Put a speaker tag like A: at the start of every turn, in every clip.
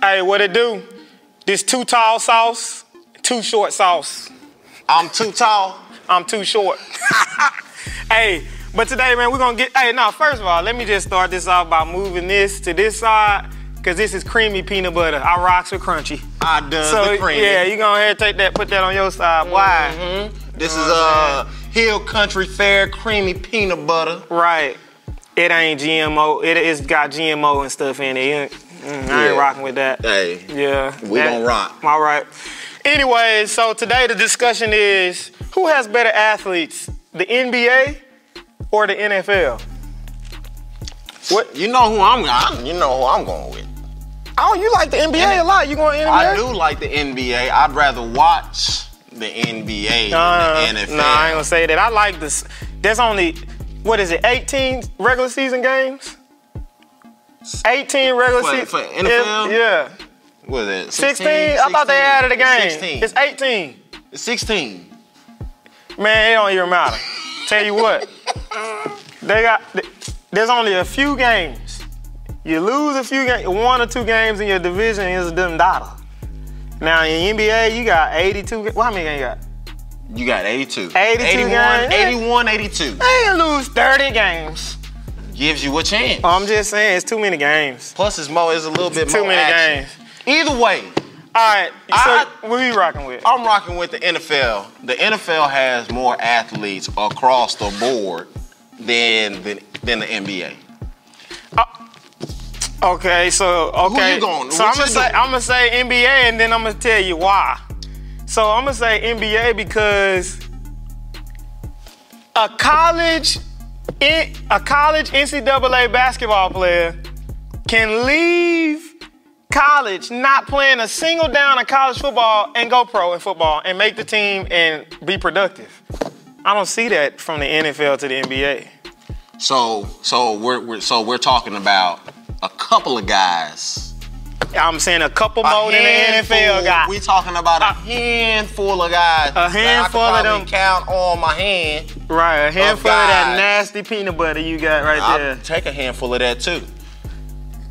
A: Hey, what it do? This too tall sauce, too short sauce.
B: I'm too tall.
A: I'm too short. hey, but today, man, we're gonna get. Hey, now, first of all, let me just start this off by moving this to this side, cause this is creamy peanut butter. I rocks with crunchy.
B: I does the cream. Mm-hmm.
A: yeah, you go ahead take that, put that on your side. Why?
B: This is uh, Hill Country Fair creamy peanut butter.
A: Right. It ain't GMO. It, it's got GMO and stuff in it. Mm, I ain't
B: Yeah.
A: rocking with that.
B: Hey,
A: Yeah.
B: We gon' rock.
A: All right. Anyways, so today the discussion is who has better athletes, the NBA or the NFL?
B: what? You know who I'm? I'm you know who I'm going with.
A: Oh, you like the NBA a lot. You going NBA?
B: I do like the NBA. I'd rather watch the NBA
A: Uh,
B: than the NFL.
A: Nah, I ain't gonna say that. I like this. There's only what is it? 18 regular season games. 18 regular
B: For-
A: season.
B: for NFL?
A: Yeah.
B: what is it?
A: 16? I thought they added a game.
B: 16.
A: It's 18.
B: It's 16.
A: Man, it don't even matter. Tell you what, they got. th- There's only a few games. You lose a few games, one or two games in your division is done data. Now in NBA, you got 82. ga- Well, how many games you got?
B: You got 82.
A: 82 games.
B: 81, 82.
A: They ain't lose 30 games.
B: Gives you a chance.
A: I'm just saying, it's too many games.
B: Plus, it's more. It's a little bit
A: Oh. Too
B: more
A: many
B: action.
A: games.
B: Either way,
A: All right,
B: I-
A: so what you rocking with?
B: I'm rocking with the NFL. The NFL has more athletes across the board than than, than the NBA.
A: Okay, so okay.
B: you going-
A: So
B: what
A: I'm
B: you
A: gonna say
B: doing?
A: I'm gonna say NBA, and then I'm gonna tell you why. So I'm gonna say NBA because a college, in- a college NCAA basketball player can leave college not playing a single down of college football and go pro in football and make the team and be productive. I don't see that from the NFL to the NBA.
B: So so we're, we're so we're talking about a couple of guys.
A: I'm saying a couple
B: A
A: more than the
B: handful-
A: NFL guy.
B: We talking about a
A: Uh,
B: handful of guys. that I could
A: handful of
B: probably
A: them.
B: Count on my hand. Oh,
A: Right, a handful of, that
B: guys.
A: nasty peanut butter you got right
B: I'll
A: there.
B: take a handful of that too.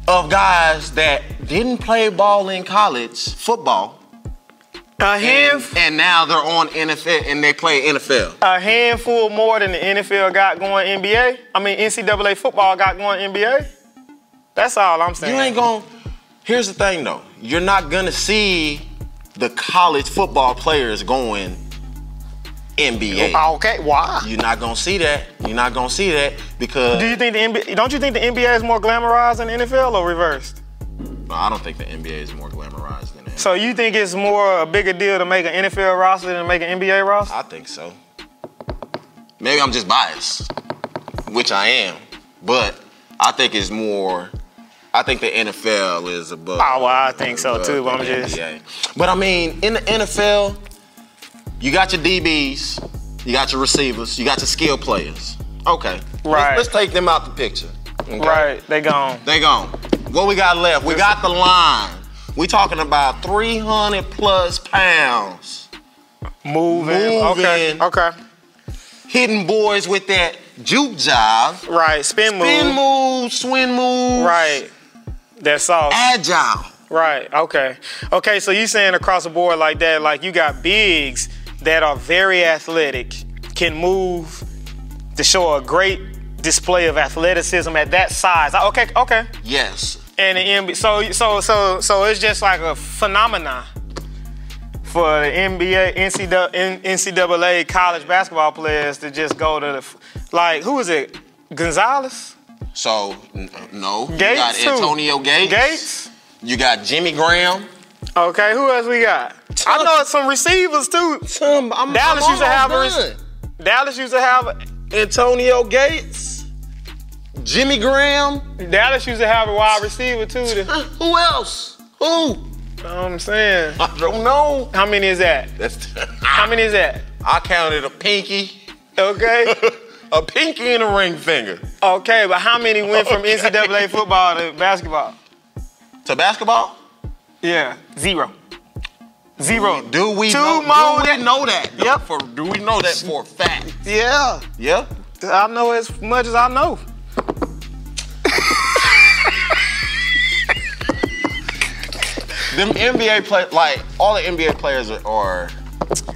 B: Of guys that didn't play ball in college football,
A: A hand,
B: and, and now they're on NFL and they play NFL.
A: a handful more than the NFL got going NBA. I mean NCAA football got going NBA. That's all I'm saying.
B: You ain't gonna. Here's the thing though. You're not gonna see the college football players going NBA.
A: Okay, why?
B: You're not gonna see that. You're not gonna see that because
A: Do you think the NBA? Don't you think the NBA is more glamorized than the NFL or reversed?
B: No, I don't think the NBA is more glamorized than that.
A: So you think it's more a bigger deal to make an NFL roster than to make an NBA roster?
B: I think so. Maybe I'm just biased, which I am, but I think it's more. I think the NFL is above.
A: Oh, well, I think so
B: above
A: too, but
B: the
A: I'm just-
B: NBA. But I mean, in the NFL, you got your DBs, you got your receivers, you got your skill players. Okay. Let's-
A: Right.
B: Let's, take them out the picture. okay?
A: Right, they gone.
B: They gone. What we got left? We got the line. We talking about 300 plus pounds.
A: Moving. Okay.
B: Moving.
A: Okay.
B: hitting boys with that juke job.
A: Right. Spin,
B: Spin
A: move.
B: moves, swing moves.
A: Right. That's all.
B: Agile.
A: Right. Okay. Okay. So you saying across the board like that, like you got bigs that are very athletic, can move to show a great display of athleticism at that size. Ah, Okay. Okay.
B: Yes.
A: And the NBA. So so so so it's just like a phenomenon for the NBA NCAA, NCAA college basketball players to just go to the f- like who is it? Gonzalez?
B: So, n- no. you
A: Gates
B: got
A: too.
B: Antonio Gates.
A: Gates?
B: You got Jimmy Graham.
A: Okay, who else we got? I know it's some receivers too.
B: Some, I'm,
A: Dallas
B: I'm
A: used to have a
B: almost
A: rec- Dallas used to have
B: done. Antonio Gates. Jimmy Graham.
A: Dallas used to have a wide receiver too. that-
B: Huh, Who else? Who?
A: know what I'm saying.
B: I don't know.
A: How many is that?
B: That's,
A: How many is that?
B: I counted a pinky.
A: Okay.
B: a pinky and a ring finger.
A: Okay, but how many went from
B: Okay.
A: NCAA football to basketball?
B: To basketball?
A: Yeah. Zero. Zero.
B: Do we
A: Two
B: know,
A: more
B: do we know that? though?
A: Yep.
B: For do we know that for a fact?
A: Yeah.
B: Yeah.
A: I know as much as I know.
B: Them NBA play like all the NBA players are, are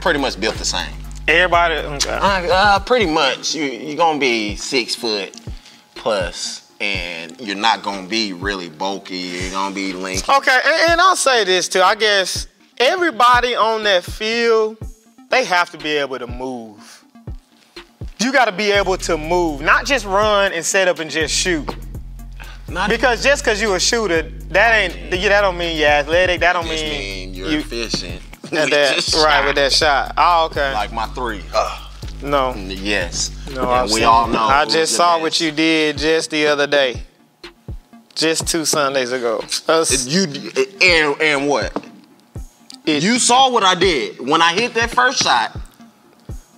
B: pretty much built the same.
A: Everybody, okay.
B: Uh, uh, pretty much, you you're gonna be six foot plus, and you're not gonna be really bulky. You're gonna be lanky.
A: Okay, and, and I'll say this too. I guess everybody on that field, they have to be able to move. You got to be able to move, not just run and set up and just shoot.
B: Not
A: Because just because you a shooter, that ain't yeah, that don't mean you're athletic. That don't
B: just
A: mean,
B: mean you're
A: you
B: efficient.
A: at
B: With
A: that
B: just
A: right
B: shot.
A: with that shot. Oh, okay.
B: Like my three. Ugh.
A: no,
B: yes.
A: no.
B: and
A: I've
B: we
A: seen-
B: all know.
A: I
B: who
A: just
B: the
A: saw
B: best.
A: what you did just the other day, just two Sundays ago. Us-
B: You and and what?
A: it-
B: You saw what I did when I hit that first shot.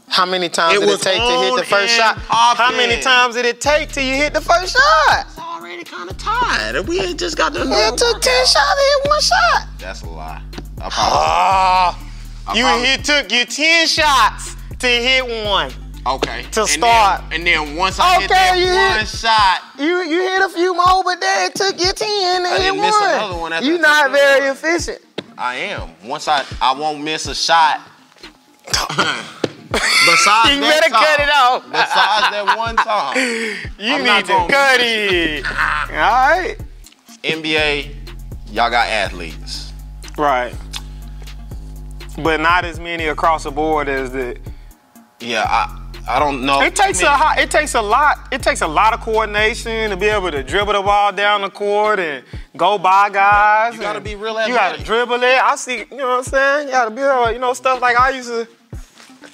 A: How many times
B: It
A: did it
B: was
A: take to hit
B: on
A: the first shot?
B: and off
A: How many
B: then.
A: times did it take till you hit the first shot?
B: It's already kind of tired. We had just got the.
A: It took 10 shots to hit one shot.
B: That's a lie. I
A: Ah, you
B: probably-
A: it took you 10 shots to hit one.
B: Okay.
A: To
B: And
A: start.
B: Then, and then once I hit
A: Okay,
B: that
A: you hit-
B: one shot,
A: You you hit a few more, but then it took you 10 to hit
B: didn't
A: one.
B: miss another one after I
A: you
B: took
A: not
B: another
A: very
B: one.
A: efficient.
B: I am. Once I I won't miss a shot. Besides
A: You
B: that
A: better
B: time,
A: cut it off.
B: Besides that one time,
A: You
B: I'm not
A: need to
B: gonna-
A: cut it. All right.
B: NBA, y'all got athletes.
A: Right. But not as many across the board as the
B: Yeah, I I don't know.
A: It takes
B: I mean,
A: a hot, it takes a lot it takes a lot of coordination to be able to dribble the ball down the court and go by guys.
B: You gotta
A: and
B: be real
A: You gotta
B: athletic.
A: dribble it. I see, you know what I'm saying? You gotta be able, you know, stuff like I used to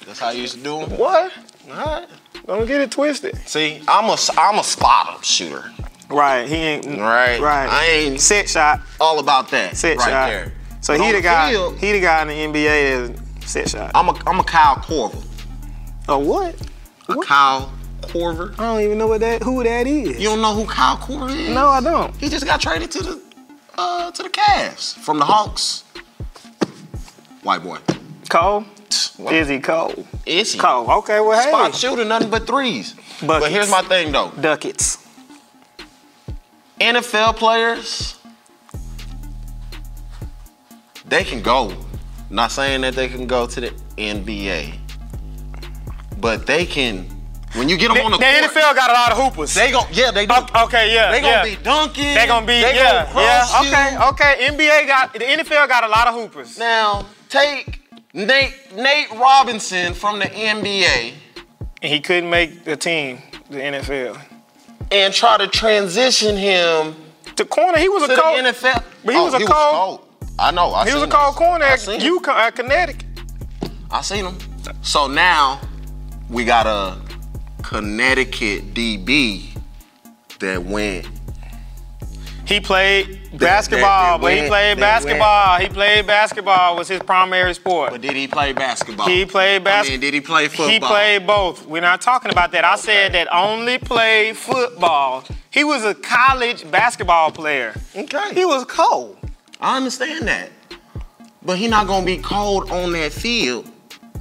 B: That's how you used to do 'em.
A: what?
B: Alright.
A: Don't get it twisted.
B: See, I'm a I'm a spot up shooter.
A: Right, he ain't
B: Right.
A: Right.
B: I ain't-
A: set shot.
B: All about that.
A: Set
B: right
A: shot.
B: there.
A: So
B: But
A: he
B: on
A: the guy
B: field,
A: he the guy in the NBA is set shot.
B: I'm a I'm a Kyle Corver.
A: Oh what?
B: A
A: What?
B: Kyle Corver.
A: I don't even know what that who that is.
B: You don't know who Kyle Corver is?
A: no, I don't.
B: He just got traded to the uh, to the Cavs from the Hawks. White boy.
A: Cole?
B: What?
A: Is he Cole?
B: Is he?
A: Cole. Okay, well hey.
B: Spot shooting nothing but threes. But
A: Buckets.
B: here's my thing though.
A: Ducats.
B: NFL players, they can go. Not saying that they can go to the NBA, but they can. When you get them on the,
A: the
B: court,
A: NFL got a lot of hoopers.
B: they gon' yeah they do.
A: okay, okay, yeah,
B: they gonna
A: Oh, yeah.
B: be dunking.
A: They gonna be
B: they
A: yeah,
B: gonna cross you.
A: yeah. Okay, okay. NBA got the NFL got a lot of hoopers.
B: Now take Nate Nate Robinson from the NBA
A: And he couldn't make the team, the NFL.
B: and try to transition him
A: The corner, he was
B: to
A: a cold.
B: the NFL.
A: But he was a cold-
B: cold. I know. I
A: he was a
B: seen
A: cold
B: that.
A: corner
B: I
A: at,
B: seen it.
A: UConn, at Connecticut.
B: I seen him. So now we got a Connecticut DB that went.
A: He played basketball,
B: they
A: but he
B: went-
A: played
B: they
A: basketball. He played basketball was his primary sport.
B: But did he play basketball?
A: He played
B: I mean,
A: basketball.
B: did he play football?
A: He played both. We're not talking about that. I said that only played football. He was a college basketball player.
B: Okay.
A: He was cold.
B: I understand that. But he not gonna be cold on that field.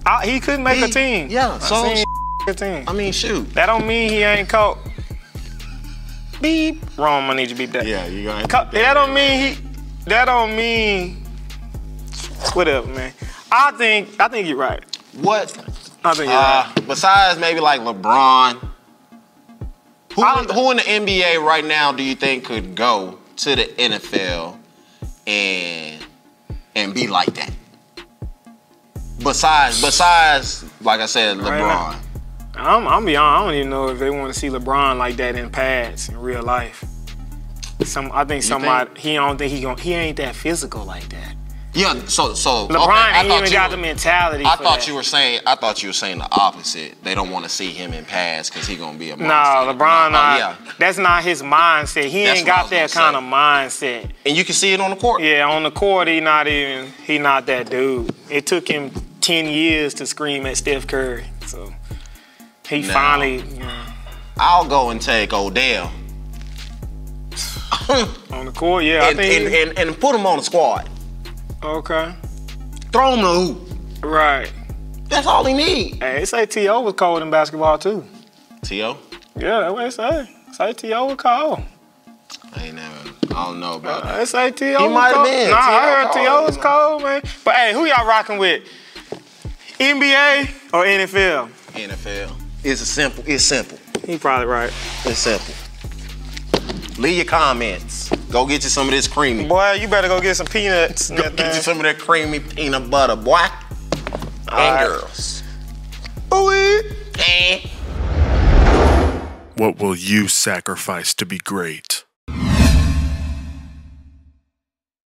A: I, Ah, he couldn't make
B: He-
A: a team.
B: yeah,
A: I
B: so-
A: seen a team.
B: I mean, shoot.
A: That don't mean he ain't cold. Beep. Wrong. I need you to beep that.
B: Yeah, you gonna.
A: Co- that don't mean he. That don't mean. Whatever, man. I think I think you're right.
B: What?
A: I think you're right.
B: Uh, besides maybe like LeBron, who,
A: I don't-
B: who in the NBA right now do you think could go to the NFL and and be like that? Besides, besides, like I said,
A: Right now.
B: LeBron.
A: I'm I'm beyond. I don't even know if they want to see LeBron like that in pads in real life. Some I think somebody he don't think he gon' he ain't that physical like that.
B: Yeah. So so okay,
A: LeBron
B: I
A: ain't
B: thought
A: even
B: you
A: got
B: were-
A: the mentality.
B: I
A: for
B: thought
A: that.
B: you were saying. I thought you were saying the opposite. They don't want to see him in pads because he gonna be a monster.
A: Nah, LeBron,
B: Oh,
A: not,
B: yeah.
A: that's not his mindset. He
B: That's
A: ain't
B: what I
A: got
B: was
A: that kind of
B: gonna
A: mindset.
B: And you can see it on the court.
A: Yeah, on the court, he not even he not that dude. It took him ten years to scream at Steph Curry, so he
B: Nah.
A: finally you know,
B: I'll go and take Odell.
A: on the court. Yeah,
B: and,
A: I think
B: and, and, and put him on the squad.
A: okay,
B: Throw him the hoop.
A: right.
B: That's all he needs.
A: Hey, they say To was cold in basketball too.
B: T.O.
A: Yeah, that's what they say. Say To was cold.
B: I ain't never. I don't know about that.
A: That's ATO. He
B: might have been.
A: Nah,
B: T.O.
A: I heard
B: cold,
A: T.O. is
B: you know.
A: cold, man. But hey, who y'all rocking with? NBA or NFL?
B: NFL. It's a simple. It's simple.
A: He probably right.
B: It's simple. Leave your comments. Go get you some of this creamy.
A: Boy, you better go get some peanuts. and
B: Go
A: that
B: get you
A: thing.
B: some of that creamy peanut butter, boy.
A: right.
B: And girls. Eh.
A: Ooh-wee.
B: And
C: What will you sacrifice to be great?